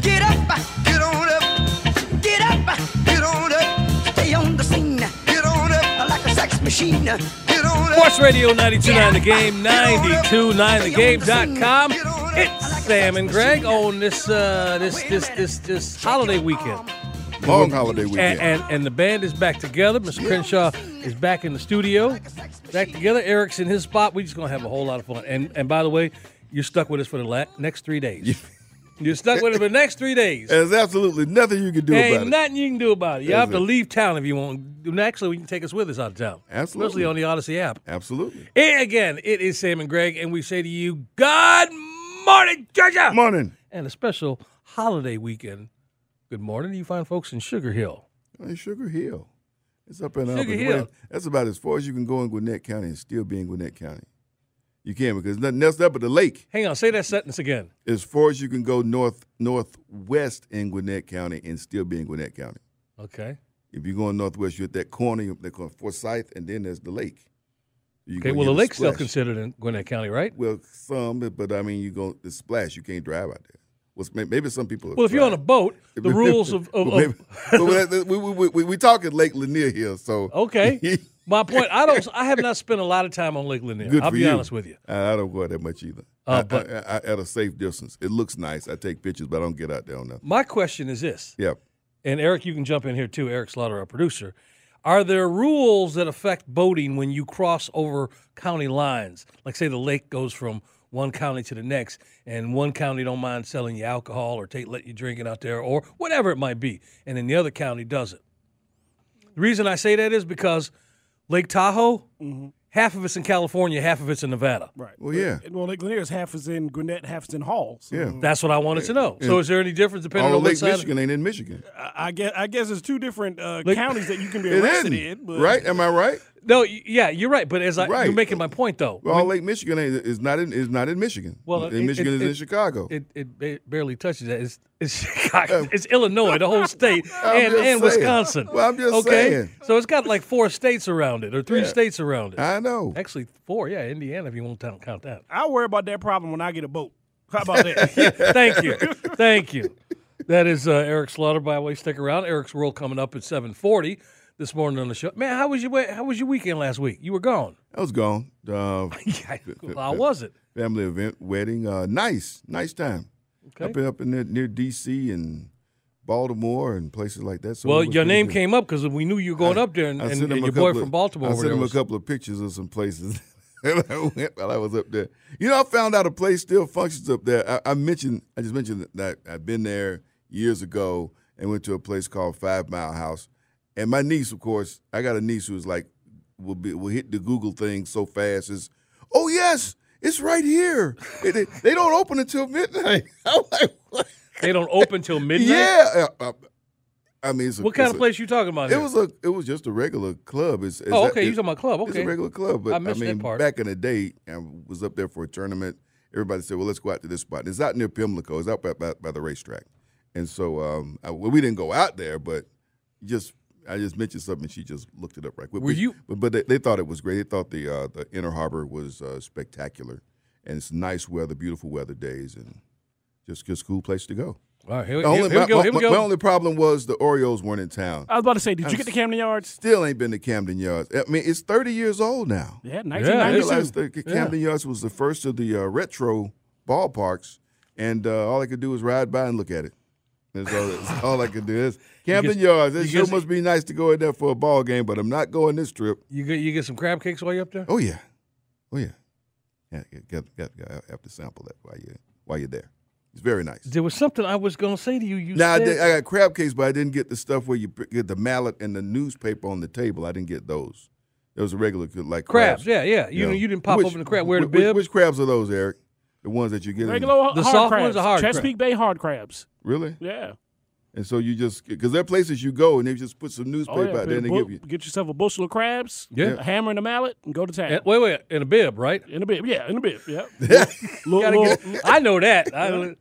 get up, get on up, get up, get on up. Stay on the scene, get on up. Like a sex machine, get on up. Sports Radio 929 The Game, 929thegame.com. It's Sam and Greg on this uh, this this this this holiday weekend. Long holiday And, weekend. and and the band is back together. Mr. Crenshaw is back in the studio. Back together. Eric's in his spot. We're just gonna have a whole lot of fun. And and by the way, you're stuck with us for the la- next three days. You're stuck with us for the next three days. There's absolutely nothing you can do Ain't about it. nothing you can do about it. You have to it. leave town if you want. And Actually, we can take us with us out of town. Especially Absolutely. on the Odyssey app. absolutely. Hey, again, it is Sam and Greg, and we say to you, good morning, Georgia! Morning. And a special holiday weekend. Good morning to you fine folks in Sugar Hill. Hey, Sugar Hill. It's up and up. Sugar and Hill. west. That's about as far as you can go in Gwinnett County and still be in Gwinnett County. You can because nothing else up but the lake. Hang on, say that sentence again. As far as you can go north northwest in Gwinnett County and still be in Gwinnett County. Okay. If you're going northwest, you're at that corner they call Forsyth, and then there's the lake. You Okay, go well, the get a lake's still splash. considered in Gwinnett County, right? Well, some, but I mean, you go the splash. You can't drive out there. Well, may- maybe some people. Well, if you're on a drive. boat, the rules of. of, Well, of maybe- but we- we, we, we, we talking Lake Lanier here, so okay. My point, I don't. I have not spent a lot of time on Lake Lanier. Good I'll for be you. honest with you. I, I don't go out that much either. Uh, I- but- I, I, at a safe distance, it looks nice. I take pictures, but I don't get out there on nothing. My question is this. Yep. and Eric, you can jump in here too. Eric Slaughter, our producer. Are there rules that affect boating when you cross over county lines? Like, say the lake goes from one county to the next, and one county don't mind selling you alcohol or take let you drink it out there, or whatever it might be, and then the other county doesn't. The reason I say that is because Lake Tahoe, Mm-hmm. half of it's in California, half of it's in Nevada. Right. Well, yeah. Well, Lake Lanier's half is in Gwinnett, half is in Hall. So Yeah. That's what I wanted to know. So, is there any difference depending All on of what Lake side? of- Michigan ain't in Michigan. I, I guess I guess there's two different uh, Lake- counties that you can be It arrested isn't, in. But right? Am I right? No, y- yeah, you're right. But as I, you're Right. making my point though. Well, all Lake Michigan ain't, is not in is not in Michigan. Well, in it- Michigan it- is it- in Chicago. It it ba- barely touches that. It's it's Chicago. it's Illinois, the whole state, and, just and saying. Wisconsin. Well, I'm just okay? saying. So it's got like four states around it, or three states around it. I know. Actually, four. Yeah, Indiana, if you want to count that. I worry about that problem when I get a boat. How about that? Thank you, thank you. That is uh, Eric Slaughter. By the way, stick around. Eric's World coming up at seven forty this morning on the show. Man, how was your wa- how was your weekend last week? You were gone. I was gone. Uh, Yeah, how was it? family event, wedding. Uh, nice, nice time. Up Okay. in, up in there near D.C. and Baltimore and places like that. So Well, it was your pretty name good. came up because we knew you were going up there, and, I and, sent him and a your boy couple of- from Baltimore I over sent there. him was- a couple of pictures of some places that I went while I was up there. You know, I found out a place still functions up there. I, I mentioned, I just mentioned that I've been there years ago and went to a place called Five Mile House. And my niece, of course, I got a niece who's like, will be will hit the Google thing so fast is, oh yes, it's right here. They, they- they don't open until midnight. I'm like, what? They don't open till midnight. yeah. Uh, uh, I mean, it's a, What kind it's of a- place you talking about? It here? was a. It was just a regular club. It's, it's Oh, that- okay. You it's- talking about club? It's Okay. a regular club, but I I, missed that mean, part. back in the day, I was up there for a tournament. Everybody said, "Well, let's go out to this spot." It's out near Pimlico. It's out by, by, by the racetrack, and so um, I, well, we didn't go out there, but just I just mentioned something. She just looked it up right quick. Were But- you- But, but they, they thought it was great. They thought the uh, the Inner Harbor was uh, spectacular, and it's nice weather, beautiful weather days, and just just cool place to go. All right, here, here- The here only- we my- go. Here my- we go. my only problem was the Orioles weren't in town. I was about to say, did you get to Camden Yards? Still ain't been to Camden Yards. I mean, it's 30 years old now. Yeah, I Me 1992. realized that Camden Yards was the first of the uh, retro ballparks, and uh, all I could do was ride by and look at it. That's all, that's all I could do. That's Camden guess- Yards. It you sure guess- must be nice to go in there for a ball game, but I'm not going this trip. You get you get some crab cakes while you're up there. Oh yeah, oh yeah, yeah. yeah, Got, got, got, I have to sample that while you while you're there. It's very nice. There was something I was gonna say to you. You Now I, said did, I got crab cakes, but I didn't get the stuff where you p- get the mallet and the newspaper on the table. I didn't get those. There was a regular good, like crabs. crabs. Yeah, yeah. You Yeah. you didn't pop Which- open the crab. Wear the wh- which, bib. Which crabs are those, Eric? The ones that you get. in- Regular hard The soft crabs. ones are hard crab. Chesapeake Bay hard crabs. really? Yeah. And so you just because there are places you go and they just put some newspaper Oh, yeah. out there and they Bu- give you. Get yourself a bushel of crabs, Yeah. a hammer and a mallet, and go to town. And- Eh, wait, wait. In a bib, right? in a bit. Yeah, in a bit. Yeah. Gotta little, get- I know that. I know-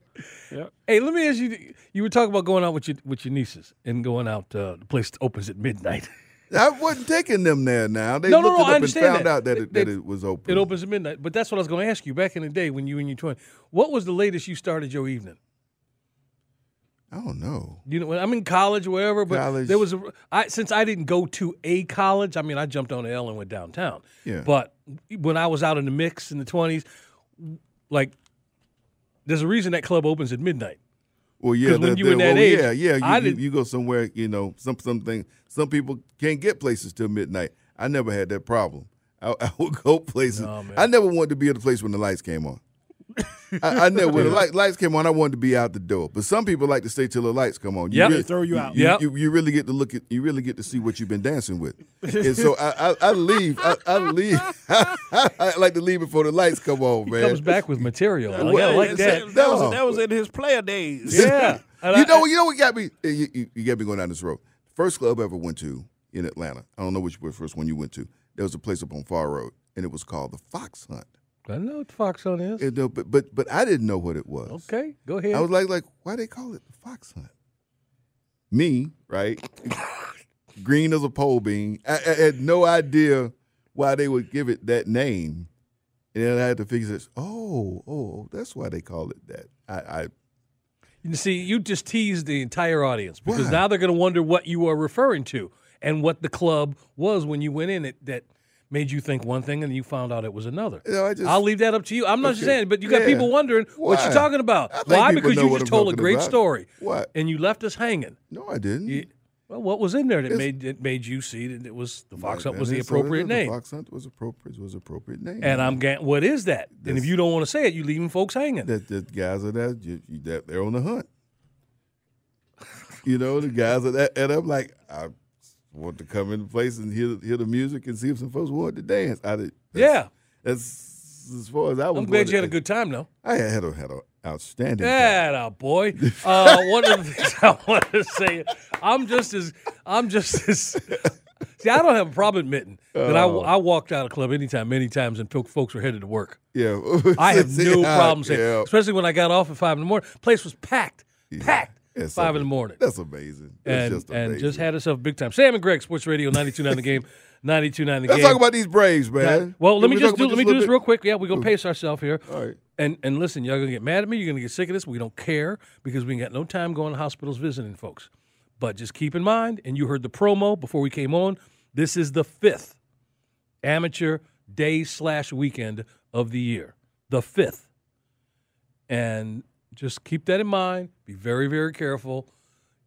Yeah. Hey, let me ask you. You were talking about going out with your with your nieces and going out. Uh, the place opens at midnight. I wasn't taking them there. Now they No, no, looked no, it I up and understand found that. out that it, They- that it was open. It opens at midnight. But that's what I was going to ask you back in the day when you and your twin. What was the latest you started your evening? I don't know. You know, when I'm in college or wherever, but College. there was a I, since I didn't go to a college. I mean, I jumped on the L and went downtown. Yeah. But when I was out in the mix in the 20s, like there's a reason that club opens at midnight. Well, yeah, 'Cause when that- you were that- that well, age, yeah, yeah. You, I you- didn't- you go somewhere, you know, some something. Some people can't get places till midnight. I never had that problem. I, I would go places. I never wanted to be at a place when the lights came on. I, I never when the light, lights came on, I wanted to be out the door. But some people like to stay till the lights come on. You Yep. really- They throw you out. You, Yep. you, you really get to look at. You really get to see what you've been dancing with. And so I, I, I leave. I, I leave. I like to leave before the lights come on, man. Comes back with material. I Well, gotta like it's- that. That, No. was, that was in his player days. Yeah. And I- you know, you know what got me? Eh, You, you, you got me going down this road. First club I ever went to in Atlanta. I don't know which was the first one you went to. There was a place up on Far Road, and it was called the Fox Hunt. I know what the fox hunt is. And, uh, but but but I didn't know what it was. okay, go ahead. I was like like why they call it the Fox Hunt? Me right? Green as a pole bean. I, I had no idea why they would give it that name, and then I had to figure this. Oh oh, that's why they call it that. I, I you see, you just teased the entire audience because Why? now they're going to wonder what you are referring to and what the club was when you went in it that made you think one thing and you found out it was another. No, I just- will leave that up to you. I'm not Okay. just saying, but you got Yeah. people wondering what Why? you're talking about. I think Why? people Because know you what just I'm told a talking great about. story. What? And you left us hanging. no, I didn't. You- well, what was in there that It's- made that made you see that it was the fox Right, hunt was man. the So it appropriate is. name? The Fox Hunt was appropriate was appropriate name. And I'm ga- what is that? and if This- you don't want to say it, you leaving folks hanging. that the guys are that you, you- that they're on the hunt. you know the guys are that, and I'm like I want to come in the place and hear hear the music and see if some folks want to dance. I did. that's- yeah. that's as far as I was. I'm going glad you had a good time though. I had a, had a outstanding. time. Yeah, now, boy. Uh, one of the things I want to say, I'm just as, I'm just as. See, I don't have a problem admitting that I, Oh. I walked out of club anytime, many times, and fol- folks were headed to work. Yeah, I have See, no I- problem saying, yeah. especially when I got off at five in the morning. Place was packed, packed, That's five amazing. in the morning, That's amazing. That's and just amazing. and just had herself big time. Sam and Greg, Sports Radio, 92.9 the game, 92.9 the Let's game. talk about these Braves, man. Well, let Can me we just talk do let about me a do little this bit? real quick. Yeah, we're gonna pace ourselves here. All right. And and listen, y'all gonna get mad at me. You're gonna get sick of this. We don't care because we ain't got no time going to hospitals visiting folks. But just keep in mind, and you heard the promo before we came on. This is the fifth amateur day slash weekend of the year. The fifth, and just keep that in mind. Be very very careful.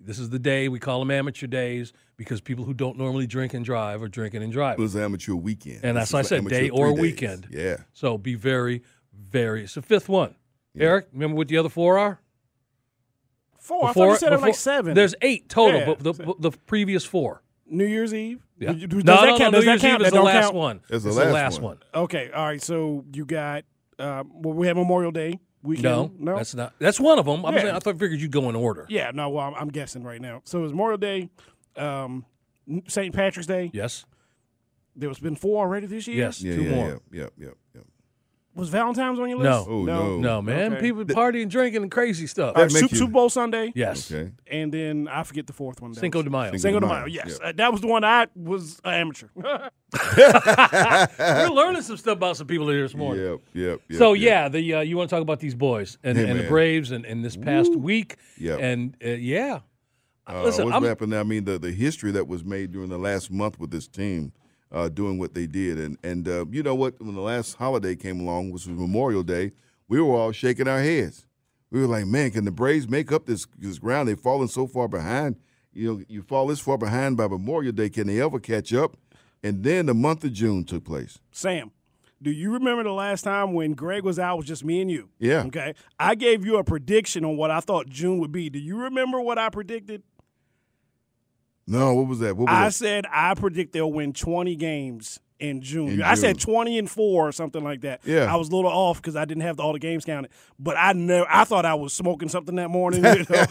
This is the day we call them amateur days because people who don't normally drink and drive are drinking and driving. It was an amateur weekend, And This that's why I is said amateur day or three days. weekend. Yeah. So be very, very. It's the fifth one. Eric, remember what the other four are? Four. Oh, I Before- thought you said it was before- like seven. There's eight total, Yeah. but the, but the previous four. New Year's Eve. Yeah. Does no, that no, count? no, Does New that Year's Eve count? is That the don't last count? one. It's the It's last one. one. Okay. All right. So you got. Uh, well, we have Memorial Day weekend. No, no. that's not. That's one of them. I'm Yeah. saying, I thought figured you'd go in order. yeah. No. Well, I'm, I'm guessing right now. So it's Memorial Day, um, St. Patrick's Day. Yes, There's been four already this year. yes, Yeah, two yeah, more. yeah, yeah, yeah, yeah. Was Valentine's on your list? No. Oh, no. No, man. Okay. People partying, drinking, and crazy stuff. All right, make Super, you- Super Bowl Sunday. yes. Okay. And then I forget the fourth one. that Cinco was- de Mayo. Cinco de Mayo, Mayo. Yes, yeah. Uh, that was the one I was an amateur. We're learning some stuff about some people here this morning. Yep, yep, yep. so yep. yeah, the uh, you want to talk about these boys and, Hey, and the man. Braves and, and this past week. Yep. And uh, yeah, Uh, Listen, what's I'm- happening? I mean, the, the history that was made during the last month with this team uh, doing what they did, and and uh, you know what? When the last holiday came along, which was Memorial Day, we were all shaking our heads. We were like, "Man, can the Braves make up this this ground? They've fallen so far behind. You know, you fall this far behind by Memorial Day. Can they ever catch up?" And then the month of June took place. Sam, do you remember the last time when Greg was out? It was just me and you. Yeah. Okay. I gave you a prediction on what I thought June would be. Do you remember what I predicted? No, what was that? What was I that? said I predict they'll win 20 games in June. In I said June. 20 and 4 or something like that. Yeah. I was a little off because I didn't have all the games counted. But I never I thought I was smoking something that morning. you know.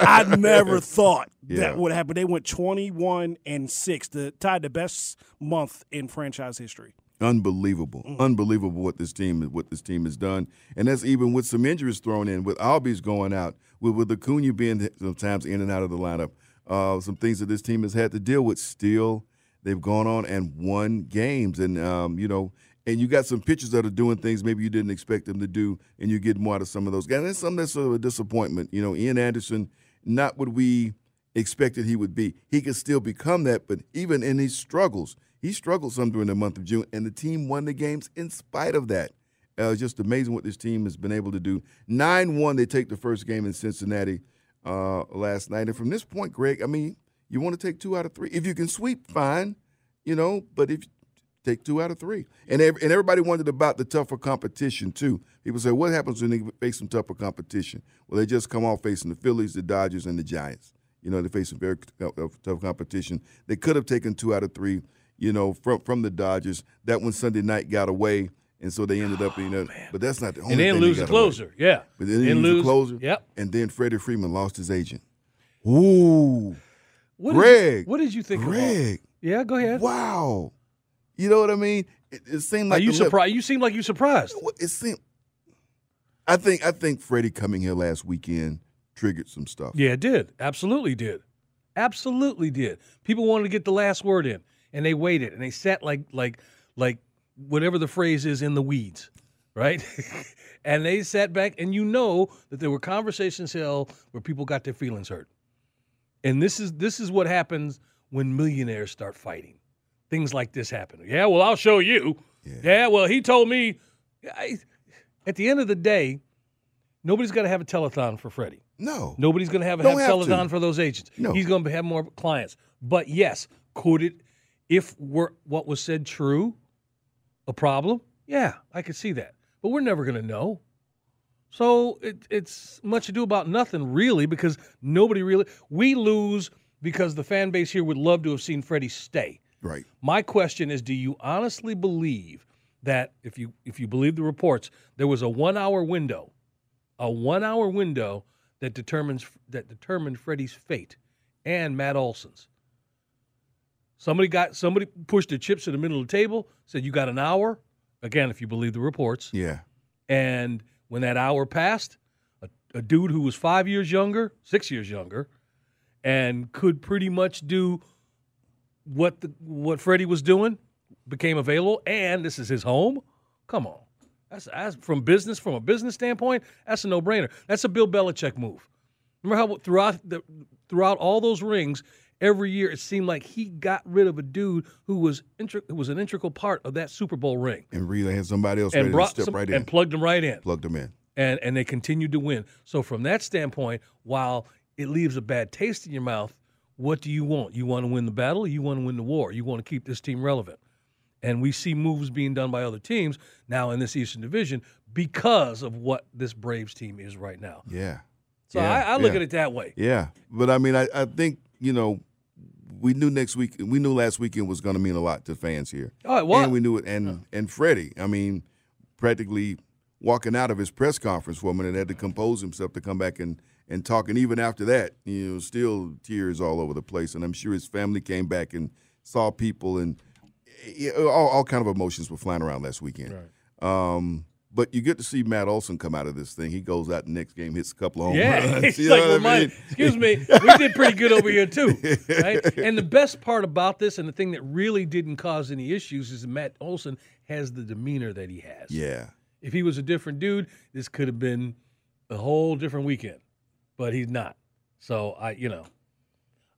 I never thought Yeah. that would happen. They went 21 and 6, the, tied the best month in franchise history. unbelievable, unbelievable what this team what this team has done, and that's even with some injuries thrown in, with Albies going out, with with Acuna being sometimes in and out of the lineup, uh, some things that this team has had to deal with. Still, they've gone on and won games, and um, you know. And you got some pitchers that are doing things maybe you didn't expect them to do, and you get more out of some of those guys. And that's some that's sort of a disappointment. You know, Ian Anderson, not what we expected he would be. He could still become that, but even in his struggles, he struggled some during the month of June, and the team won the games in spite of that. Uh, it's just amazing what this team has been able to do. 9 1, they take the first game in Cincinnati uh, last night. And from this point, Greg, I mean, you want to take two out of three. If you can sweep, fine, you know, but if take two out of three. And, ev- and everybody wondered about the tougher competition, too. People say, what happens when they face some tougher competition? Well, they just come off facing the Phillies, the Dodgers, and the Giants. You know, they face some very c- uh, tough competition. They could have taken two out of three, you know, from, from the Dodgers. That one Sunday night got away, and so they ended up, you know, but that's not the Oh, only and thing then they lose the got away. closer. Yeah. But then, they And lose, the closer. Yep. And then Freddie Freeman lost his agent. Ooh. What Did Greg. you, what did you think? of all- Greg. Yeah, go ahead. Wow. You know what I mean? It, it seemed Are like you the lip- surprised? You seem like you surprised. Well, it seemed. I think I think Freddie coming here last weekend triggered some stuff. Yeah, it did. Absolutely did. Absolutely did. People wanted to get the last word in, and they waited, and they sat like like like whatever the phrase is in the weeds, right? and they sat back, and you know that there were conversations held where people got their feelings hurt. And this is this is what happens when millionaires start fighting. Things like this happen. Yeah, well, I'll show you. Yeah, well, he told me. I, at the end of the day, nobody's got to have a telethon for Freddie. No. Nobody's going to have a Don't have have to. telethon for those agents. No. He's going to have more clients. But yes, could it, if were what was said true, a problem? Yeah, I could see that. But we're never going to know. So it, it's much ado about nothing, really, because nobody really. We lose because the fan base here would love to have seen Freddie stay. Right. My question is, do you honestly believe that if you if you believe the reports, there was a one hour window, a one hour window that determines that determined Freddie's fate and Matt Olson's. Somebody got somebody pushed the chips to the middle of the table, said you got an hour. Again, if you believe the reports. Yeah. And when that hour passed, a, a dude who was five years younger, six years younger, and could pretty much do what the, what Freddie was doing became available. And this is his home. Come on, that's, that's from business from a business standpoint. That's a no brainer. That's a Bill Belichick move. Remember how throughout the, throughout all those rings, every year it seemed like he got rid of a dude who was intri- who was an integral part of that Super Bowl ring And really had somebody else ready and to brought step some, right in. and plugged him right in plugged him in. and and they continued to win. So from that standpoint, while it leaves a bad taste in your mouth, what do you want? You want to win the battle, or you want to win the war. You want to keep this team relevant. And we see moves being done by other teams now in this Eastern Division because of what this Braves team is right now. Yeah. So Yeah, I, I look yeah. at it that way. Yeah. But I mean I, I think, you know, we knew next week we knew last weekend was gonna mean a lot to fans here. Oh, it was. And we knew it and and Freddie, I mean, practically walking out of his press conference for a minute had to compose himself to come back and and talk and even after that you know still tears all over the place and i'm sure his family came back and saw people and yeah, all, all kind of emotions were flying around last weekend um, But you get to see Matt Olson come out of this thing. He goes out the next game, hits a couple of home Yeah, runs. it's Oh, You like, know well, what I my, mean? excuse me, we did pretty good over here too, right? And the best part about this, and the thing that really didn't cause any issues, is that Matt Olson has the demeanor that he has. Yeah. If he was a different dude, this could have been a whole different weekend, but he's not. So I, you know,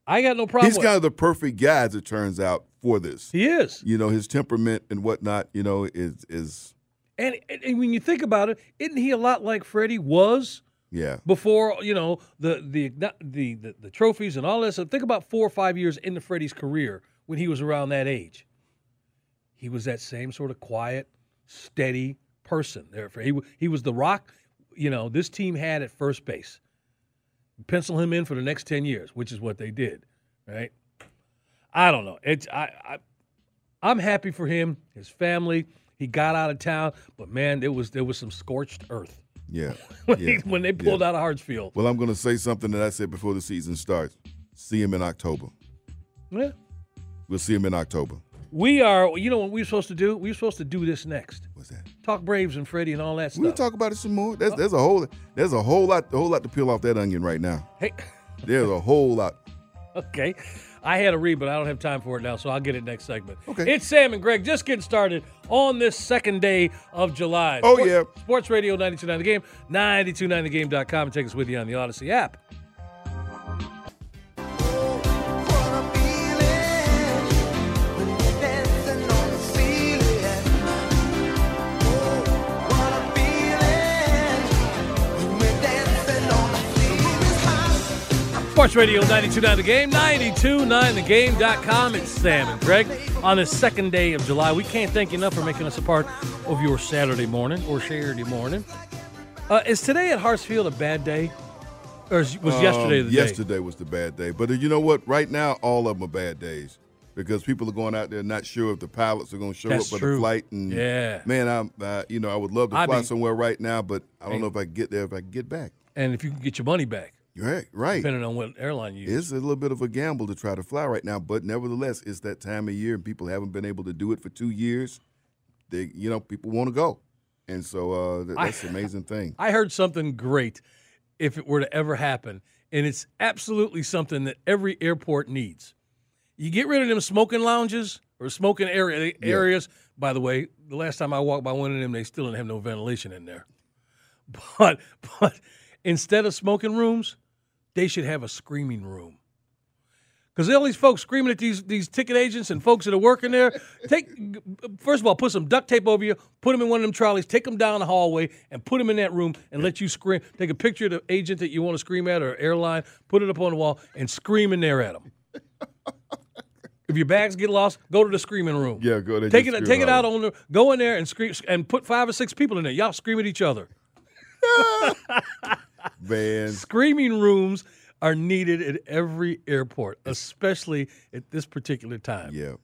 I got no problem. He's with kind of the perfect guy, as it turns out, for this. he is, You know, his temperament and whatnot, you know, is is and, and and when you think about it, isn't he a lot like Freddie was? yeah. before you know the the the the, the trophies and all this. So think about four or five years into Freddie's career when he was around that age. He was that same sort of quiet, steady person. Therefore, he wa- he was the rock. You know, this team had at first base. Pencil him in for the next ten years, which is what they did, right? I don't know. It's I, I I'm happy for him, his family. He got out of town, but man, there was there was some scorched earth Yeah. when, yeah. when they pulled out of Hartsfield. Well, I'm going to say something that I said before the season starts. See him in October. Yeah. We'll see him in October. We are, you know what we were supposed to do? We were supposed to do this next. What's that? Talk Braves and Freddie and all that stuff. We'll talk about it some more. There's, there's a whole there's a whole lot a whole lot to peel off that onion right now. hey, There's a whole lot. okay. I had a read, but I don't have time for it now, so I'll get it next segment. Okay. It's Sam and Greg just getting started on this second day of July. Oh, yeah. Sports Radio 929 The Game, 929TheGame.com, and take us with you on the Odyssey app. What a feeling when you're dancing on the ceiling. Oh, what a feeling when we're dancing on the ceiling. It's hot. Sports Radio 929 The Game, 929TheGame.com. It's Sam and Greg on the second day of July. We can't thank you enough for making us a part of your Saturday morning or Saturday morning. Uh, is today at Hartsfield a bad day? Or is, was yesterday Um, the day? Yesterday was the bad day. But uh, you know what? Right now, all of them are bad days because people are going out there not sure if the pilots are going to show That's up for true. the flight. And Yeah. man, I'm uh, you know I would love to I'd fly be- somewhere right now, but I don't Hey. know if I can get there if I can get back. And if you can get your money back, You're right, right. depending on what airline you use. It's a little bit of a gamble to try to fly right now, but nevertheless, it's that time of year, and people haven't been able to do it for two years. They, you know, people want to go, and so uh, th- I- that's an amazing thing. I heard something great if it were to ever happen, and it's absolutely something that every airport needs. You get rid of them smoking lounges or smoking area areas. By the way, the last time I walked by one of them, they still didn't have no ventilation in there. But but instead of smoking rooms, they should have a screaming room. Because all these folks screaming at these these ticket agents and folks that are working there, take first of all, put some duct tape over you, put them in one of them trolleys, take them down the hallway, and put them in that room and let you scream. Take a picture of the agent that you want to scream at or airline, put it up on the wall, and scream in there at them. if your bags get lost, go to the screaming room. Yeah, go there, Take just it scream take it out at 'em. on the go in there and scream and put five or six people in there. Y'all scream at each other. Man, Screaming rooms are needed at every airport, especially at this particular time. yeah,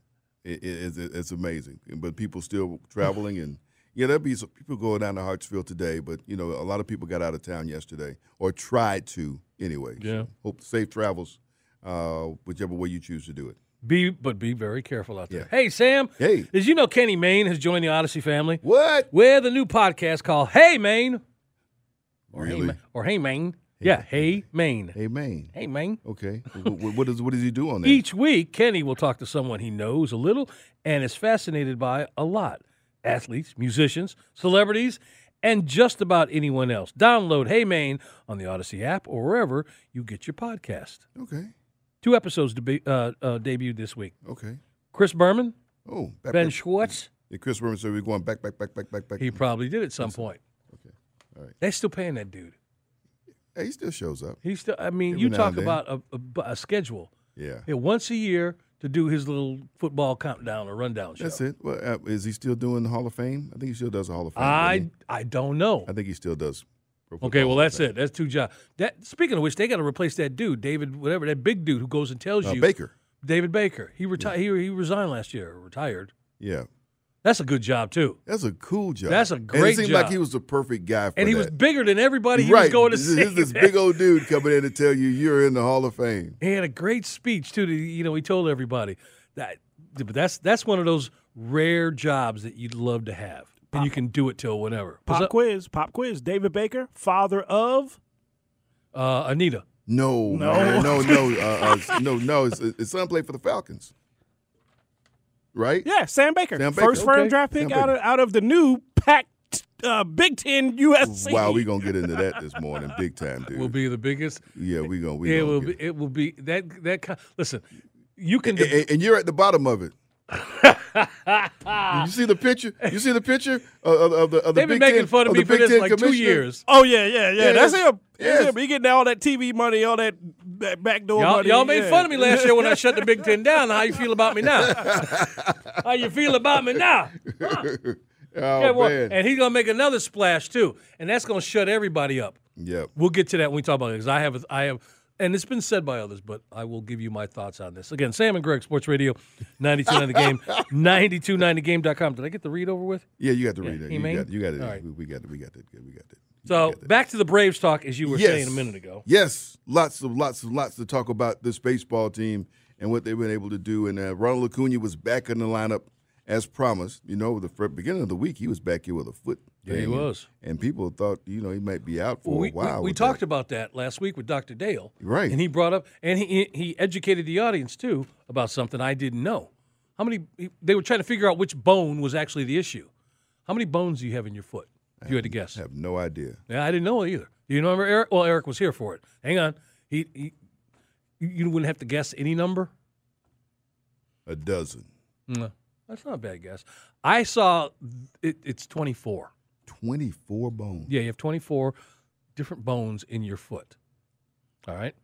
it, it, it's, it's amazing, but people still traveling, and yeah, there'll be some people going down to Hartsfield today, but you know, a lot of people got out of town yesterday or tried to anyway. So Yeah. hope safe travels, uh, whichever way you choose to do it. Be but be very careful out there. Yeah. Hey Sam. Hey. Did you know Kenny Mayne has joined the Odyssey family? What? We're the new podcast called Hey Maine. Or Oh, Hey, Really? Ma- or Hey Maine. yeah, Hey Maine. Hey, man. Hey Maine. Okay, what, what, does, what does he do on that? Each week, Kenny will talk to someone he knows a little and is fascinated by a lot athletes, musicians, celebrities, and just about anyone else. Download Hey Maine on the Odyssey app or wherever you get your podcast. Okay, Two episodes debu- uh, uh, debuted this week okay. Chris Berman, Oh, back, Ben back- Schwartz. Yeah, Chris Berman said we're going back, back, back, back, back, back. He probably did at some point. Okay. All right. They're still paying that dude. Hey, he still shows up. He's still. I mean, Every you now talk and then. about a, a bu- a schedule. Yeah. Yeah, once a year to do his little football countdown or rundown show. That's it. Well, uh, is he still doing the Hall of Fame? I think he still does the Hall of Fame. doesn't I he? I don't know. I think he still does. Pro Okay, Football well Hall of that's Fame. it. That's two jobs. That speaking of which, they got to replace that dude, David, whatever that big dude who goes and tells Uh, you, Baker. David Baker. He retired. He, he resigned last year. Retired. Yeah. That's a good job too. That's a cool job. That's a and great it seemed job. like he was the perfect guy for And he was that. bigger than everybody he right. was going to this, see. This, this big old dude coming in to tell you you're in the Hall of Fame. He had a great speech too. To, you know, he told everybody that. But that's that's one of those rare jobs that you'd love to have. and you can do it till whatever. Was Pop that- quiz, pop quiz. David Baker, father of Uh, Anita. No, No. man, no, no, uh, uh, no, no. His, his son played for the Falcons, right? yeah, Sam Baker, Sam Baker, first round okay. draft pick Sam out of out of the new Pac uh, Big Ten USC. Wow, we gonna get into that this morning, big time, dude. Will be the biggest. yeah, we gonna we It gonna will get- be. It will be that that. kind- Listen, you can. A- a- and, you're at the bottom of it. you see the picture? You see the picture of, of, of the of the They've been Big making Ten, fun of, me the for Big this Ten like two commissioner? years. Oh yeah, yeah, yeah. Yeah, That's that's- him. That's yes. him. He getting all that TV money, all that that backdoor Y'all, money. y'all made Oh, yeah. fun of me last year when I shut the Big Ten down. How you feel about me now? How you feel about me now? Oh Yeah, well, man, and he's gonna make another splash too, and that's gonna shut everybody up. yep. We'll get to that when we talk about it because I have, I have, and it's been said by others, but I will give you my thoughts on this. Again, Sam and Greg, Sports Radio, 92.9 The Game, 92.9TheGame.com. Did I get the read over with? Yeah, you got to read that. he You made- got, you got it. all right. We, we got it. We got it. We got it. So back to the Braves talk, as you were Yes. saying a minute ago. Yes, lots of lots of lots to talk about this baseball team and what they've been able to do. And uh, Ronald Acuna was back in the lineup as promised. You know, the fir- beginning of the week he was back here with a foot. Yeah, he thing, and- was. And people thought you know he might be out for Well, we, a while. we, we with talked that. about that last week with Dr. Dale. Right. And he brought up, and he, he educated the audience too about something I didn't know. How many, they were trying to figure out which bone was actually the issue. How many bones do you have in your foot? If you had to guess. I have no idea. Yeah, I didn't know either. Do you remember Eric? Well, Eric was here for it. Hang on. He, he you- you wouldn't have to guess any number. A dozen, No. That's not a bad guess. I saw it, it's 24. twenty-four bones. Yeah, you have 24 different bones in your foot. All right?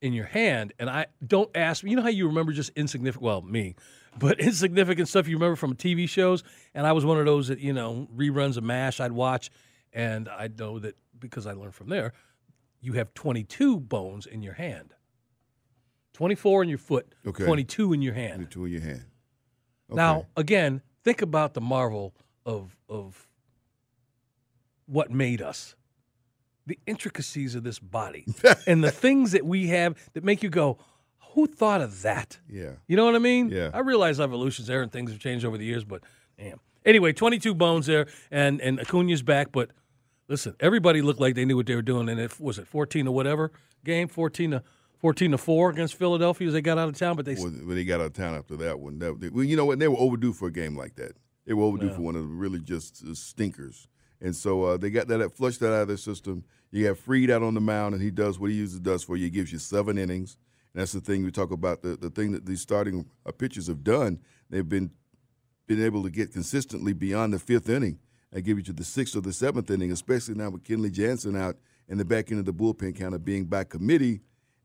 In your hand, and I don't ask me. You know how you remember just insignificant, well, me, but insignificant stuff you remember from TV shows. And I was one of those that, you know, reruns of MASH I'd watch. And I know that because I learned from there, you have 22 bones in your hand 24 in your foot, Okay. 22 in your hand. The two in your hand. Now, Okay. again, think about the marvel of of what made us, the intricacies of this body, and the things that we have that make you go, "Who thought of that?" yeah, You know what I mean? Yeah. I realize evolution's there and things have changed over the years, but damn. Anyway, 22 bones there, and and Acuna's back, but listen, everybody looked like they knew what they were doing, and it was it 14 or whatever game, 14 to 14 to four against Philadelphia as they got out of town, but they when, when they got out of town after that one, that, well, you know what? They were overdue for a game like that. They were overdue for one of the really just uh, stinkers. And so uh, they got that, that flushed that out of their system. You got Freed out on the mound, and he does what he usually does for you. He gives you seven innings. And that's the thing we talk about. The, the thing that these starting uh, pitchers have done, they've been been able to get consistently beyond the fifth inning and give you to the sixth or the seventh inning, especially now with Kenley Jansen out and the back end of the bullpen kind of being by committee.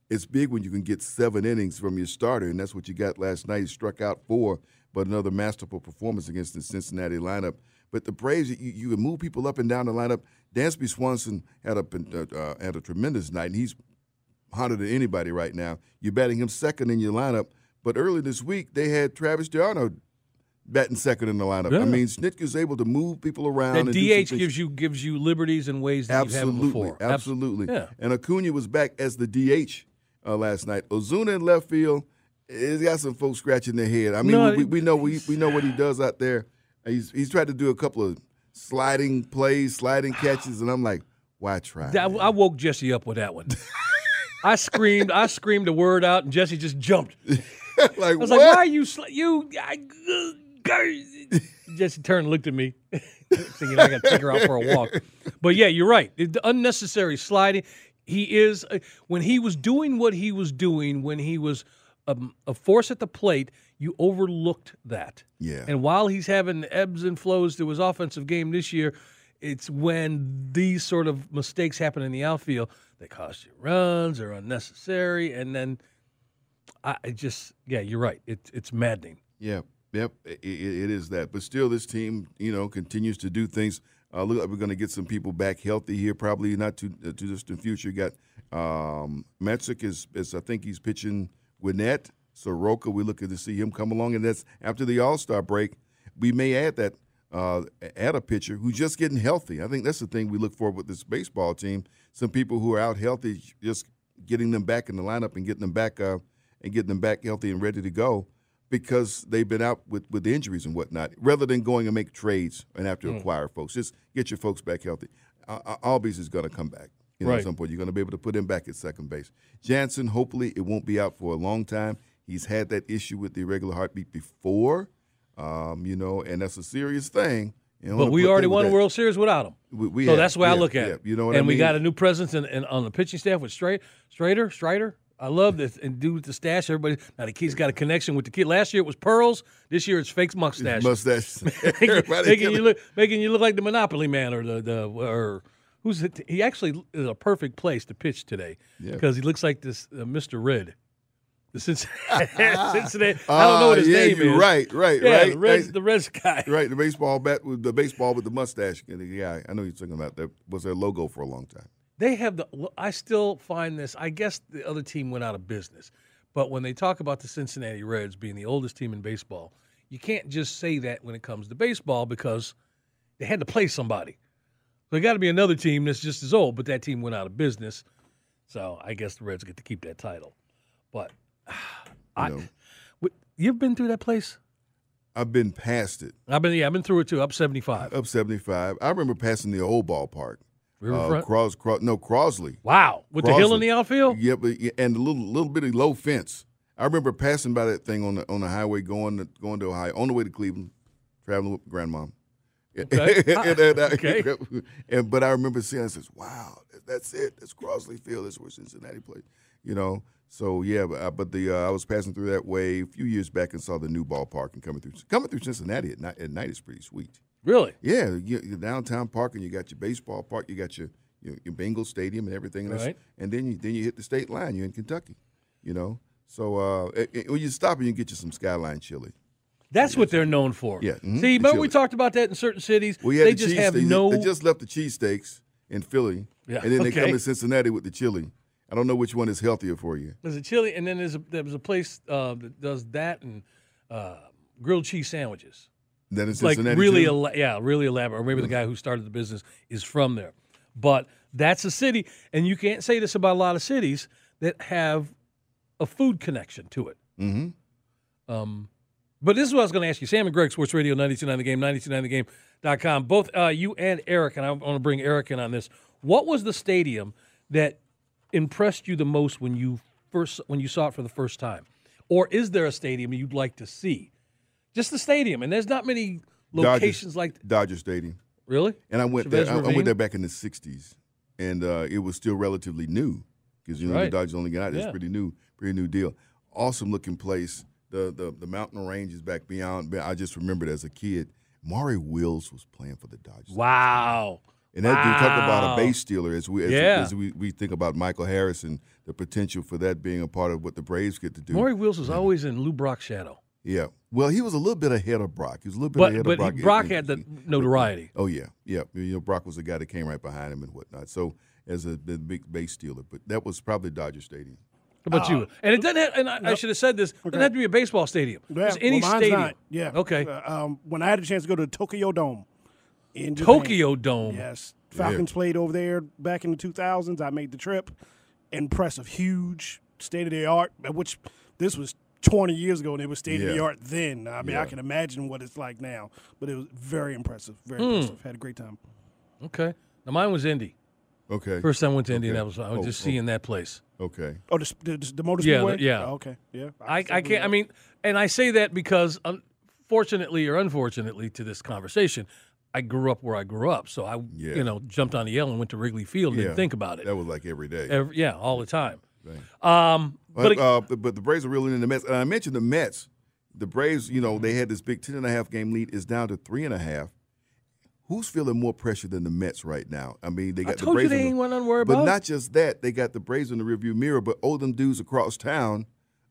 It's big when you can get seven innings from your starter, and that's what you got last night. He struck out four, but another masterful performance against the Cincinnati lineup. But the Braves, you, you can move people up and down the lineup. Dansby Swanson had a uh, had a tremendous night, and he's hotter than anybody right now. You're batting him second in your lineup. But early this week, they had Travis Darno batting second in the lineup. Yeah. I mean, Snitker's able to move people around. That and do some DH things. gives you gives you liberties in ways that absolutely, you haven't before. Abs- absolutely. Yeah. And Acuna was back as the DH uh, last night. Ozuna in left field. It's got some folks scratching their head. I mean, No, we, we know we, we know what he does out there. He's he's tried to do a couple of sliding plays, sliding catches, and I'm like, why try? That- man? I woke Jesse up with that one. I screamed, I screamed a word out, and Jesse just jumped. I like, was like, what? "Why are you sl- you?" I, Jesse turned, and looked at me, thinking I got to take her out for a walk. But yeah, you're right. It, the unnecessary sliding. He is uh, when he was doing what he was doing when he was um, a force at the plate. You overlooked that. Yeah. And while he's having ebbs and flows to his offensive game this year, it's when these sort of mistakes happen in the outfield. They cost you runs, they're unnecessary, and then I I just yeah, you're right. It, it's maddening. Yeah, yep, i i it is that. But still, this team, you know, continues to do things. Uh, look, like we're going to get some people back healthy here, probably not too uh, too distant future. You got um, Metric is, is I think he's pitching Gwinnett Soroka. We're looking to see him come along, and that's after the All Star break. We may add that uh, add a pitcher who's just getting healthy. I think that's the thing we look for with this baseball team. Some people who are out healthy, just getting them back in the lineup and getting them back uh, and getting them back healthy and ready to go. because they've been out with, with the injuries and whatnot, rather than going and make trades and have to Mm. acquire folks. Just get your folks back healthy. Uh, uh, Albies is going to come back. You know, Right. At some point, you're going to be able to put him back at second base. Jansen, hopefully, it won't be out for a long time. He's had that issue with the irregular heartbeat before, um, you know, and that's a serious thing. You don't But wanna we put already them with won a that- World Series without him. We- we so have, that's the way I yeah, look at yeah. it. You know what I and we mean? got a new presence in, in, on the pitching staff with Stra- Strader, Strider. I love this. And dude with the stash, everybody. Now the kid's got a connection with the kid. Last year it was Pearls. This year it's fake mustache. mustache. making, Everybody making killing- you look making you look like the Monopoly man or the the or who's it? he actually is a perfect place to pitch today Yeah. because he looks like this uh, Mr. Red. The Cincinnati, Cincinnati. I don't know what Ah, his yeah, name you're is. Right, right, Yeah, right. the Reds, Hey, the Reds guy. Right, the baseball bat with the baseball with the mustache. And the guy, I know you're talking about that was their logo for a long time. They have the. well, I still find this. I guess the other team went out of business, but when they talk about the Cincinnati Reds being the oldest team in baseball, you can't just say that when it comes to baseball because they had to play somebody. So there got to be another team that's just as old, but that team went out of business. So I guess the Reds get to keep that title. But I, know. Wh- you've been through that place. I've been past it. I've been. Yeah, I've been through it too. Up seventy five. Up 75. I remember passing the old ballpark. Riverfront. Cros, Cros, no, Crosley. wow, with the hill in Crosley. the outfield. Yeah, but yeah, and a little little bitty low fence. I remember passing by that thing on the on the highway going to, going to Ohio on the way to Cleveland, traveling with grandma. Okay. and, and I- Okay. and- but I remember seeing. I says, "Wow, that's it. That's Crosley Field. That's where Cincinnati played." You know. So yeah, but, uh, but the uh, I was passing through that way a few years back and saw the new ballpark and coming through coming through Cincinnati at night at night is pretty sweet. Really? Yeah, you, your downtown parking. You got your baseball park. You got your your, your Bengals stadium and everything. And, that's- Right. and then you then you hit the state line. You're in Kentucky. You know. So uh, it- it- when you stop and you get you some skyline chili. That's what they're known for. Yeah, mhm, See, remember the we chili. talked about that in certain cities. We had they the just cheese have steak- they- no. They just left the cheesesteaks in Philly, Yeah, and then they okay. come to Cincinnati with the chili. I don't know which one is healthier for you. there's a chili, and then there's a, there was a place uh, that does that and uh, grilled cheese sandwiches. Then it's like Cincinnati really, chili? ela- yeah, really elaborate. Or maybe the guy who started the business is from there. But that's a city, and you can't say this about a lot of cities that have a food connection to it. Mhm. Um, but this is what I was going to ask you. Sam and Greg, Sports Radio 929 The Game, 929 thegame.com. Both uh, you and Eric, and I want to bring Eric in on this. What was the stadium that impressed you the most when you first when you saw it for the first time? Or is there a stadium you'd like to see? Just the stadium, and there's not many locations Dodgers, like Dodger Stadium. really. And I went Chavez there. I, I Ravine? went there back in the '60s, and uh, it was still relatively new because you know Right. the Dodgers only got out. Yeah. It's pretty new, pretty new deal. Awesome looking place. The the the mountain ranges back beyond. but I just remembered as a kid, Maury Wills was playing for the Dodgers. Wow. And that dude talk Wow. about a base stealer as we as, Yeah. as we, we think about Michael Harrison, the potential for that being a part of what the Braves get to do. Maury Wills was always in Lou Brock's shadow, Yeah. Well, he was a little bit ahead of Brock. He was a little bit but ahead but of Brock. he- Brock had the notoriety. Oh yeah, yeah. You know, Brock was the guy that came right behind him and whatnot. So as a the big base stealer, but that was probably Dodger Stadium. How about you? And it doesn't. Have, and I, I should have said this. Doesn't have to be a baseball stadium. Yeah, Just any well, mine's stadium. not. Yeah. Okay. Uh, um, when I had a chance to go to Tokyo Dome in Japan, Tokyo Dome. Yes. Falcons played over there back in the 2000s. I made the trip. Impressive, huge, state of the art, which this was 20 years ago and it was state of the Yeah. art then. I mean, I Yeah. can imagine what it's like now, but it was very impressive. Very Hmm. impressive. Had a great time. Okay. Now mine was Indy. Okay. First time I went to Indianapolis, I was just seeing that place. Okay. Oh, the, the, the motor Yeah, speedway? the- yeah. Oh, okay. Yeah. I, I can't. I mean, and I say that because, um, fortunately or unfortunately, to this conversation, I grew up where I grew up. So I, Yeah. you know, jumped on the L and went to Wrigley Field. and Didn't think about it. That was like every day. Every, yeah, all the time. Um, but But, it- uh, but, but the Braves are really in the Mets. And I mentioned the Mets. The Braves, you know, they had this big ten and a half game lead. It's down to three and a half. Who's feeling more pressure than the Mets right now? I mean, they got told you the Braves. they in the- ain't one nothing to worry But about. not just that, they got the Braves in the rearview mirror. But all them dudes across town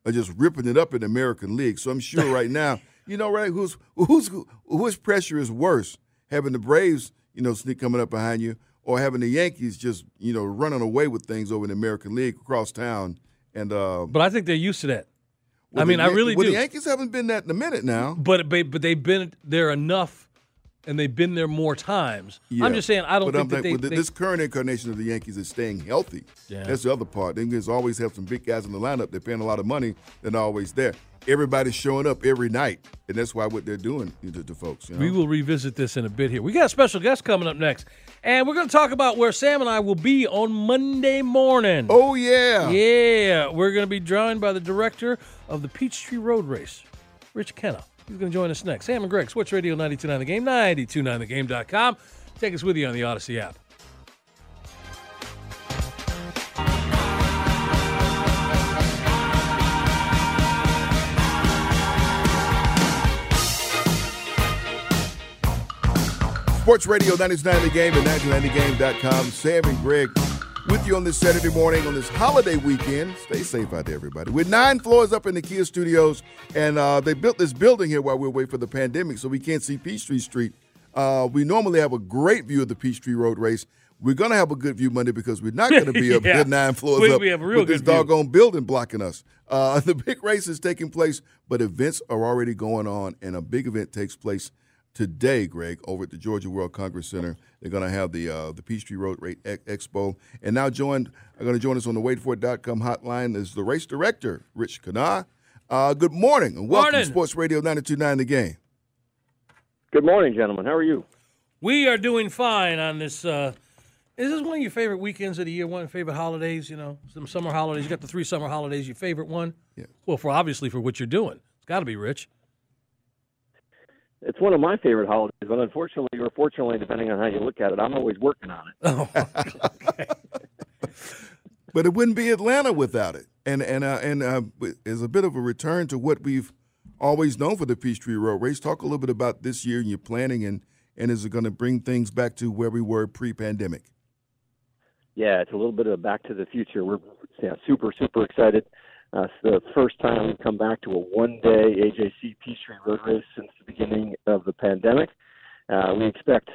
are just ripping it up in the American League. So I'm sure right now, you know, right? Who's who's whose pressure is worse? Having the Braves, you know, sneak coming up behind you, or having the Yankees just, you know, running away with things over in the American League across town. And uh, but I think they're used to that. well, I mean, the I Yan- really well, do. The Yankees haven't been that in a minute now. But but they've been there enough and they've been there more times. Yeah. I'm just saying I don't But think that I'm they, like, well, they- this current incarnation of the Yankees is staying healthy. Yeah. That's the other part. They just always have some big guys in the lineup. They're paying a lot of money. They're not always there. Everybody's showing up every night, and that's why what they're doing to, to folks. You know? We will revisit this in a bit here. We got a special guest coming up next, and we're going to talk about where Sam and I will be on Monday morning. Oh yeah. Yeah, we're going to be joined by the director of the Peachtree Road Race, Rich Kenna. He's going to join us next. Sam and Greg, Sports Radio 929 The Game, 929TheGame.com. Take us with you on the Odyssey app. Sports Radio 99 The Game and 99thegame.com. Sam and Greg with you on this Saturday morning on this holiday weekend. Stay safe out there, everybody. We're nine floors up in the Kia Studios, and uh, they built this building here while we wait for the pandemic, so we can't see Peachtree Street. Uh, we normally have a great view of the Peachtree Road Race. We're going to have a good view Monday because we're not going to be up Yeah. there nine floors We- up we have a real with this good view. doggone own building blocking us. Uh, the big race is taking place, but events are already going on, and a big event takes place today, Greg, over at the Georgia World Congress Center. They're going to have the uh, the Peachtree Road Rate Ex- Expo, and now joined are going to join us on the waitfor.com hotline is the race director, Rich Kana. Uh, good morning and welcome Morning. to Sports Radio 929 The Game. Good morning, gentlemen. How are you? We are doing fine on this. Uh, is this one of your favorite weekends of the year? One of your favorite holidays? You know, some summer holidays. You got the three summer holidays. Your favorite one? Yeah. Well, for obviously for what you're doing, it's got to be Rich. It's one of my favorite holidays, but unfortunately, or fortunately, depending on how you look at it, I'm always working on it. but it wouldn't be Atlanta without it. And and uh, and uh, is a bit of a return to what we've always known for the Peachtree Road Race. Talk a little bit about this year and your planning, and and is it going to bring things back to where we were pre-pandemic? Yeah, it's a little bit of a back to the future. We're yeah, super, super excited. Uh, it's the first time we've come back to a one day AJC Peachtree Road Race since the beginning of the pandemic. Uh, we expect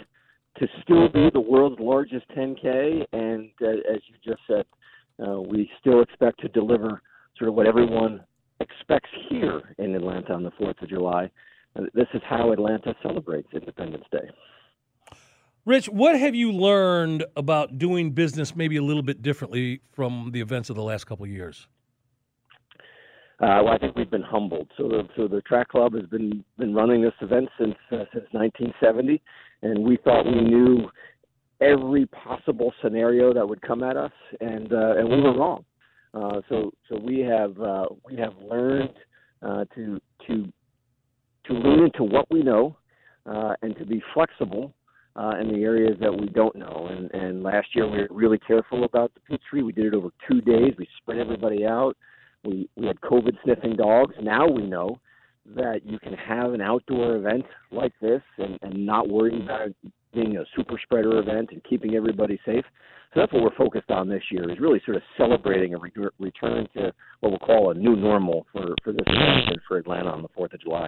to still be the world's largest 10K, and uh, as you just said, uh, we still expect to deliver sort of what everyone expects here in Atlanta on the 4th of July. Uh, This is how Atlanta celebrates Independence Day. Rich, what have you learned about doing business maybe a little bit differently from the events of the last couple of years? Uh, well, I think we've been humbled. So, the, so the track club has been been running this event since uh, since 1970, and we thought we knew every possible scenario that would come at us, and uh, and we were wrong. Uh, so, so we have uh, we have learned uh, to to to lean into what we know uh, and to be flexible uh, in the areas that we don't know. And, and last year we were really careful about the Petri. We did it over two days. We spread everybody out. We we had COVID sniffing dogs. Now we know that you can have an outdoor event like this and, and not worry about it being a super spreader event and keeping everybody safe. So that's what we're focused on this year is really sort of celebrating a re- return to what we'll call a new normal for, for this event and for Atlanta on the 4th of July.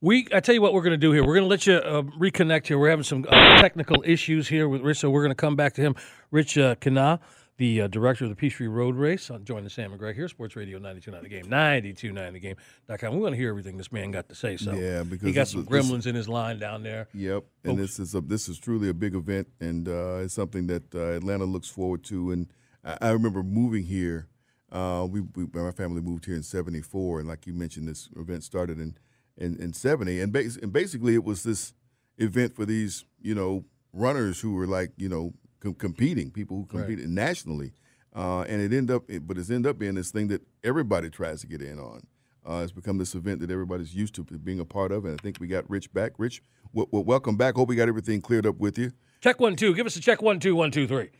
We, I tell you what, we're going to do here. We're going to let you uh, reconnect here. We're having some uh, technical issues here with Rich, so we're going to come back to him. Rich uh, Kana, the uh, director of the Peachtree Road Race, on joining Sam and Greg here, Sports Radio 92.9 The Game, 92.9 The Game.com. We want to hear everything this man got to say. So Yeah, because he got this some is- this- gremlins in his line down there. Yep, and this is a, this is truly a big event, and uh, it's something that uh, Atlanta looks forward to. And I, I remember moving here. Uh, we, we my family moved here in '74, and like you mentioned, this event started in in, in '70, and, bas- and basically it was this event for these you know runners who were like you know com- competing, people who competed nationally, uh, and it ended up, it, but it's ended up being this thing that everybody tries to get in on. Uh, it's become this event that everybody's used to being a part of, and I think we got Rich back. Rich, w- w- welcome back. Hope we got everything cleared up with you. Check one, two. Give us a check one, two, one, two, three.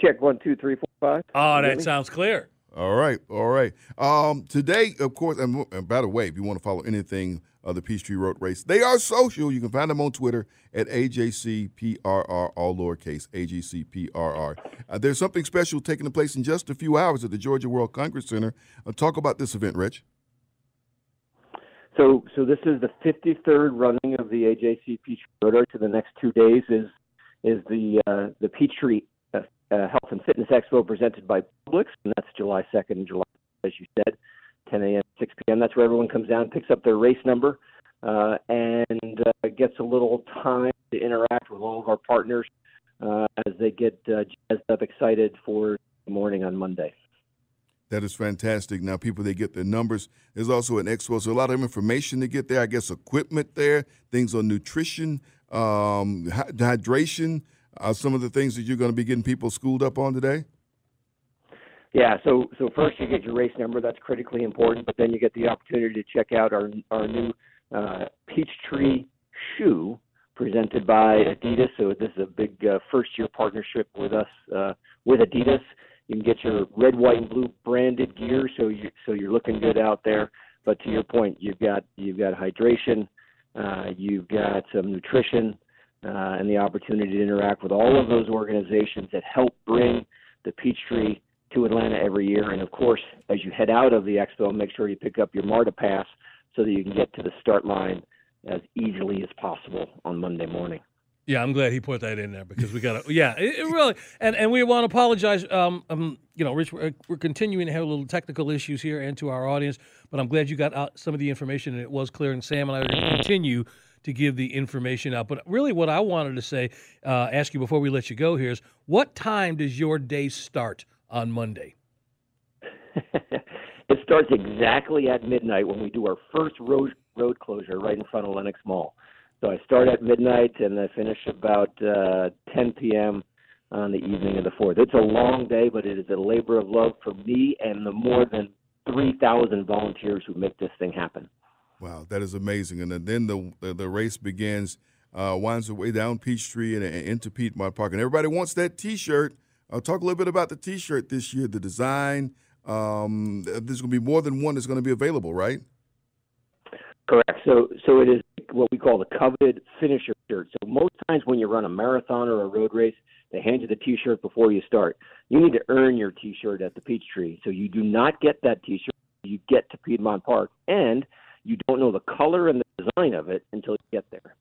Check one, two, three, four, five. Oh, You hear that me? sounds clear. All right, all right. Um, today, of course, and, w- and by the way, if you want to follow anything of the Peachtree Road Race, they are social. You can find them on Twitter at AJCPRR, all lowercase, AJCPRR. Uh, there's something special taking place in just a few hours at the Georgia World Congress Center. Uh, talk about this event, Rich. So, so this is the 53rd running of the AJC Peachtree Road Race. So the next two days is is the uh, the Peachtree uh, uh, Health and Fitness Expo presented by Publix, and that's July 2nd and July, 3rd, as you said, 10 a.m. 6 p.m. That's where everyone comes down, picks up their race number, uh, and uh, gets a little time to interact with all of our partners uh, as they get uh, jazzed up, excited for the morning on Monday. That is fantastic. Now, people, they get their numbers. There's also an expo, so a lot of information to get there. I guess equipment there, things on nutrition, um, hy- hydration, uh, some of the things that you're going to be getting people schooled up on today. Yeah, so so first you get your race number, that's critically important, but then you get the opportunity to check out our our new uh, Peachtree shoe presented by Adidas. So this is a big uh, first year partnership with us uh, with Adidas. You can get your red, white, and blue branded gear, so you so you're looking good out there. But to your point, you've got you've got hydration, uh, you've got some nutrition, uh, and the opportunity to interact with all of those organizations that help bring the Peachtree to Atlanta every year. And of course, as you head out of the expo, make sure you pick up your MARTA pass so that you can get to the start line as easily as possible on Monday morning. Yeah, I'm glad he put that in there because we got to. Yeah, it, it really. And and we want to apologize. Um, um, you know, Rich, we're, we're continuing to have little technical issues here and to our audience, but I'm glad you got out some of the information and it was clear. And Sam and I are going to continue to give the information out. But really, what I wanted to say, uh, ask you before we let you go here is, what time does your day start on Monday? it starts exactly at midnight when we do our first road road closure right in front of Lenox Mall. So I start at midnight and I finish about uh, 10 p.m. on the evening of the fourth. It's a long day, but it is a labor of love for me and the more than 3,000 volunteers who make this thing happen. Wow, that is amazing. And then the the, the race begins, uh, winds its way down Peachtree and, and into Piedmont Park. And everybody wants that T-shirt. Uh, talk a little bit about the T-shirt this year, the design. Um, th- there's going to be more than one that's going to be available, right? Correct. So so it is what we call the coveted finisher shirt. So most times when you run a marathon or a road race, they hand you the T-shirt before you start. You need to earn your T-shirt at the Peachtree. So you do not get that T-shirt. You get to Piedmont Park, and you don't know the color and the design of it until you get there.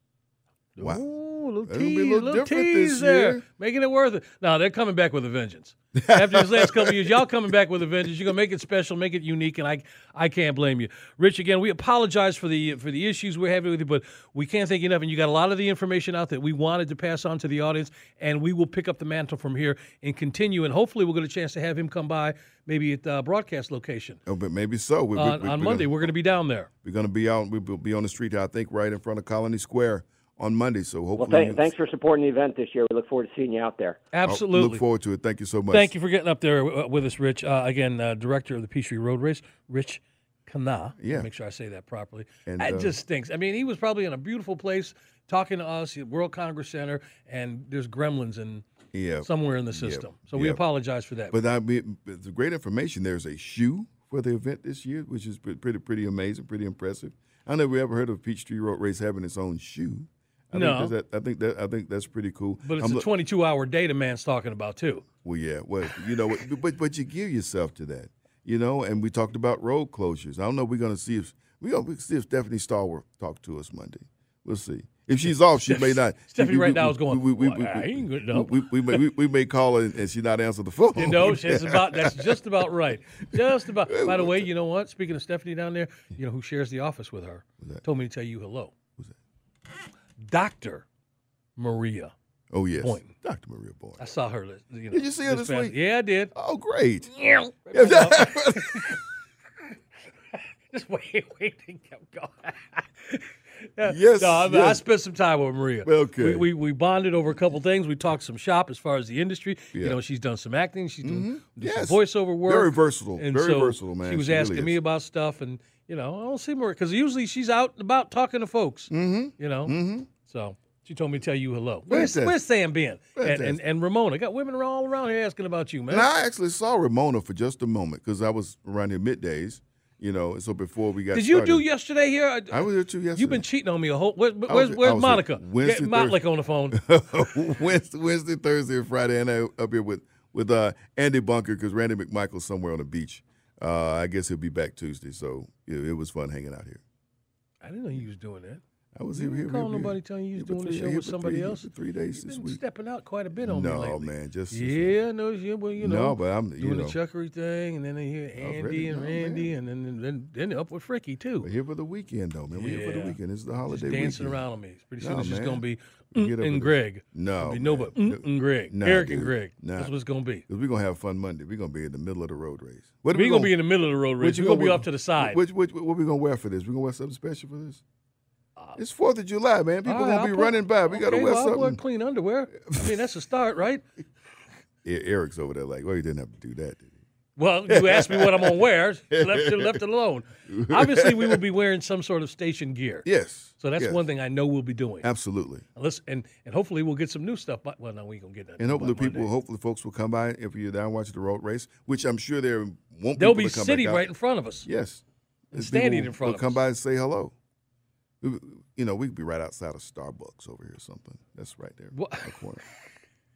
Wow. Ooh, little That'll be a tease, little little, different tease this there, year. making it worth it. Now they're coming back with a vengeance. After these last couple of years, y'all coming back with a vengeance. You're gonna make it special, make it unique, and I, I can't blame you, Rich. Again, we apologize for the for the issues we're having with you, but we can't thank you enough. And you got a lot of the information out that we wanted to pass on to the audience, and we will pick up the mantle from here and continue. And hopefully, we'll get a chance to have him come by, maybe at the broadcast location Oh, but maybe so. We, we- on, we- Uh, on we're Monday. Gonna, We're gonna be down there. we're going to be out. We'll be on the street. I think right in front of Colony Square on Monday. So Well, hopefully, thank, you- thanks for supporting the event this year. We look forward to seeing you out there. I'll Absolutely. Oh, Look forward to it. Thank you so much. Thank you for getting up there w- with us, Rich. Uh, again, uh, director of the Peachtree Road Race, Rich Kana. Yeah. Make sure I say that properly. And, it uh, just stinks. I mean, he was probably in a beautiful place talking to us, at World Congress Center, and there's gremlins in Yeah. somewhere in the system. So we Yep. apologize for that. But I mean, but the great information. There's a shoe for the event this year, which is pre- pretty pretty amazing, pretty impressive. I never ever heard of Peachtree Road Race having its own shoe. I No. think that's- I think that I think that's pretty cool. but it's I'm a look- 22 hour data man's talking about, too. Well, yeah. Well, you know, but- but but you give yourself to that, you know. And we talked about road closures. I don't know. We're gonna see if we gonna see if Stephanie Star will talk to us Monday. We'll see. If she's off, she may not. Stephanie we- we- right now we- is going, We, we, we, "Well, I ain't gonna know." we, we, we, may- we, we may call her and, and she not answer the phone. You know, it's about that's just about right. Just about. By the way, you know what? Speaking of Stephanie down there, you know who shares the office with her? Told me to tell you hello. Who's that? Doctor Maria. Oh yes, Boynton. Dr. Maria Boynton. I saw her. li- You know, Did you see her this past- week? Yeah, I did. Oh great. Just wait, wait, and kept going. Yeah, Yes, no, I, mean, I yes. spent some time with Maria. Okay. we, we we bonded over a couple things. We talked some shop as far as the industry. You Yeah. Mm-hmm. know, she's done some acting. She's done did Yes. some voiceover work. Very versatile. And Very so versatile, man. She was She really asking me is. about stuff, and you know, I don't see Maria because usually she's out and about talking to folks. Mm-hmm. You know, mm-hmm. so. She told me to tell you hello. Where's, Fantastic. where's Sam been? And, and, Fantastic. and Ramona. Got women all around here asking about you, man. And I actually saw Ramona for just a moment because I was around here middays, you know. and So before we got Did you do started- yesterday here? I- I was here too yesterday. You've been cheating on me a whole. Where, I where's was- I where's was Monica? at Wednesday, Get Motlick on the phone. Wednesday, Wednesday, Thursday, and Friday, and I up here with with uh, Andy Bunker because Randy McMichael's somewhere on the beach. Uh, I guess he'll be back Tuesday, so it, it was fun hanging out here. I didn't know you was doing that. I was here. here Call here, nobody here. telling you Here you're for doing three- a show here with for somebody three- else. here for Three days You've this been week. stepping out quite a bit on me No lately. man, just Yeah, no, yeah, well, you know. No, but I'm- you doing know. the chuckery thing, and then they hear really? Andy and No, Randy, and then and then then up with Fricky We're too. here for the weekend though, man. We're here for the Yeah. weekend. It's the Just holiday. dancing weekend. around on me. Pretty soon No, it's just man. gonna be You get "Mm, up and with- Greg. No, Be no, man. but "Mm, and Greg, Nah, Eric dude. and Greg. Nah. That's what it's gonna be. Cause we're gonna have fun Monday. We're gonna be in the middle of the road race. What We're we gonna be in the middle of the road race. We're gonna be off to the side. Which, which, what we gonna wear for this? We gonna wear something special for this? it's Fourth of July, man. People Uh, All right, gonna I'll be put- running by. We gotta okay, wear well, I'll wear something. clean underwear. I mean, that's a start, right? E- Eric's over there like, well, you didn't have to do that. Did he? Well, you asked me what I'm gonna wear. Left it left it alone. Obviously, we will be wearing some sort of station gear. Yes. So that's yes. one thing I know we'll be doing. Absolutely. Unless and and hopefully we'll get some new stuff. But well, no, we ain't gonna get that. And by hopefully people, Monday. hopefully folks will come by if you're down watching the road race, which I'm sure there won't. There'll people be to come city back out. right in front of us. Yes. And These standing people in front will of come us. by and say hello. We- You know, we could be right outside of Starbucks over here or something. That's right there. What? in the corner.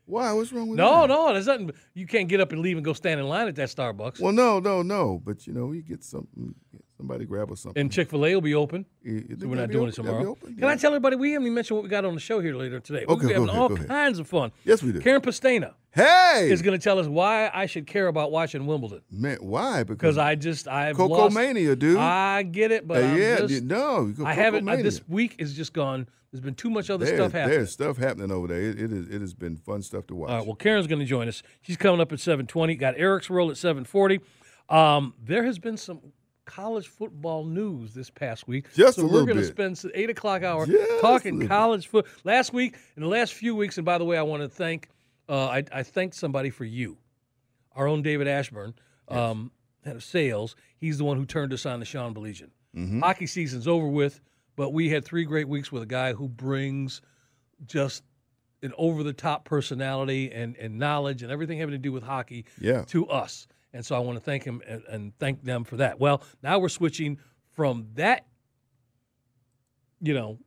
Why? What's wrong with No, that? no, there's nothing. You can't get up and leave and go stand in line at that Starbucks. Well, no, no, no. But you know, you get something. get Somebody grab us something. and Chick Fil A will be open. You- you So think we're they'll not be doing it open? They'll be tomorrow. open? Can I Yeah. tell everybody we haven't even mentioned what we got on the show here later today? Okay, We'll be go having ahead, all go ahead. kinds of fun. Yes, we do. Karen Pastena Hey, is going to tell us why I should care about watching Wimbledon man, why? Because because I just I've Mm. Coco lost- Mania, dude. I get it, but Uh, I'm yeah, just- dude, no, you go I haven't. I- Cocomania. this week is just gone. There's been too much other there's, stuff happening. there's stuff happening over there. It, it is. It has been fun stuff to watch. All right. Well, Karen's going to join us. She's coming up at seven twenty. Got Eric's world at seven forty. Um, there has been some college football news this past week. Just so a we're little gonna bit. spend s- eight o'clock hour Just a little talking bit. college foot. Last week and the last few weeks. And by the way, I want to thank. Uh, I, I thanked somebody for you, our own David Ashburn, um, head of sales. He's the one who turned us on to Sean Belizean. Mm-hmm. Hockey season's over with, but we had three great weeks with a guy who brings just an over the top personality and, and knowledge and everything having to do with hockey Yeah. to us. And so I want to thank him and, and thank them for that. Well, now we're switching from that, you know,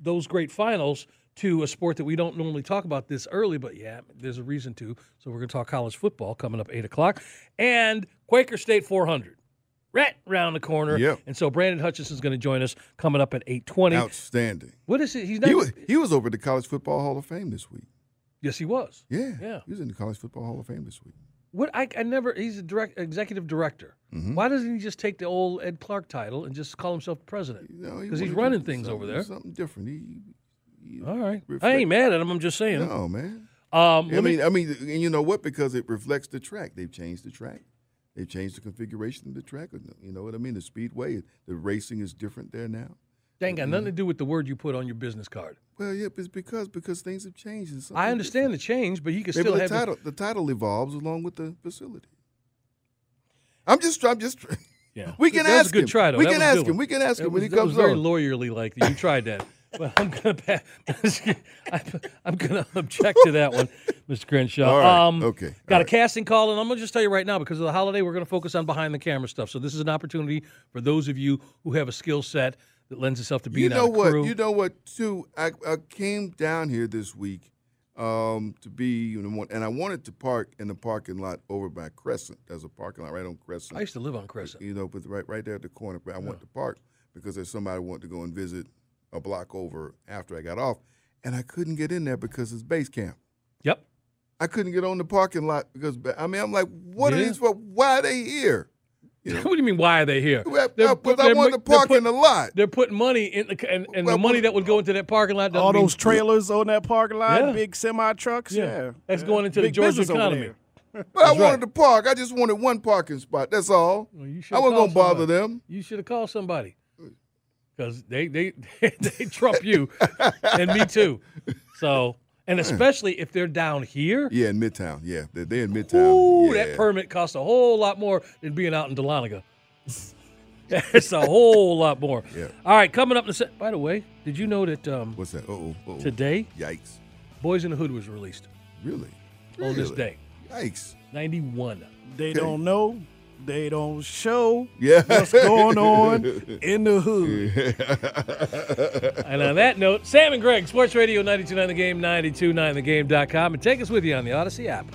those great finals to a sport that we don't normally talk about this early, but yeah, there's a reason to. So we're going to talk college football coming up 8 o'clock and Quaker State 400. Right round the corner, Yep. and so Brandon Hutchinson's going to join us coming up at eight twenty. Outstanding. What is it? He's not. He was, he was over at the College Football Hall of Fame this week. yes, he was. Yeah, Yeah. He was in the College Football Hall of Fame this week. What I, I never he's a direct executive director. Mm-hmm. Why doesn't he just take the old Ed Clark title and just call himself president? You know, he Because he's wanted to running do things over something- there. Something different. He, he All right, I reflect- ain't mad at him. I'm just saying. No, man. Um, I let me- mean, I mean, and you know what? Because it reflects the track. They've changed the track. They've changed the configuration of the track. You know what I mean? The speedway, the racing is different there now. that mm-hmm. ain't got nothing to do with the word you put on your business card. Well, yeah, it's because because things have changed. and something I understand the change, but you can Maybe still the have the- title the title evolves along with the facility. I'm just I'm just Yeah, We can That was ask a good him. try though. We That can was a ask good him. one. We can ask That him was- when he that comes was very on. lawyerly like that. You tried that. But I'm gonna pass, I'm gonna object to that one, Mr. Crenshaw. Um, All right. Okay. All Got a right. casting call, and I'm gonna just tell you right now because of the holiday, we're gonna focus on behind the camera stuff. So this is an opportunity for those of you who have a skill set that lends itself to being you know on a what? crew. You know what? Too, I, I came down here this week um, to be, you know, and I wanted to park in the parking lot over by Crescent. There's a parking lot right on Crescent. I used to live on Crescent. you know, but right right there at the corner. But I went to park because there's somebody wanted to go and visit a block over after I got off, and I couldn't get in there because it's base camp. Yep. I couldn't get on the parking lot because I mean I'm like, what are Yeah. these for? Why are they here? what do you mean? Why are they here? Well, They're uh, 'cause put- I they're wanted mo- to they're park in put- the lot. They're putting money in the ca- and, and Well, the money what- that would go into that parking lot. doesn't All mean- those trailers on that parking lot, Yeah. big semi trucks. Yeah. Yeah. That's Yeah. going into the Big Georgia business over economy. there. But I That's wanted right. to park. I just wanted one parking spot. That's all. Well, you I should've wasn't gonna called bother somebody. them. You should have called somebody because they they they trump you and me too. So and especially if they're down here, Yeah, in Midtown. Yeah, they're, they're in Midtown. ooh, yeah. that permit costs a whole lot more than being out in Dahlonega. it's a whole lot more. Yeah. All right, coming up in a sec. By the way, did you know that um, What's that? Oh, oh, today Yikes! Boys in the Hood was released Really? on this Really? day, Yikes! ninety one. They don't know. They don't show Yeah. what's going on in the hood. And on that note, Sam and Greg, Sports Radio 929 The Game, 929thegame.com, and take us with you on the Odyssey app.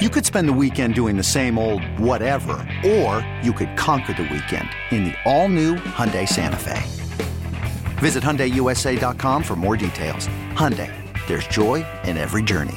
You could spend the weekend doing the same old whatever, or you could conquer the weekend in the all-new Hyundai Santa Fe. Visit HyundaiUSA.com for more details. Hyundai, there's joy in every journey.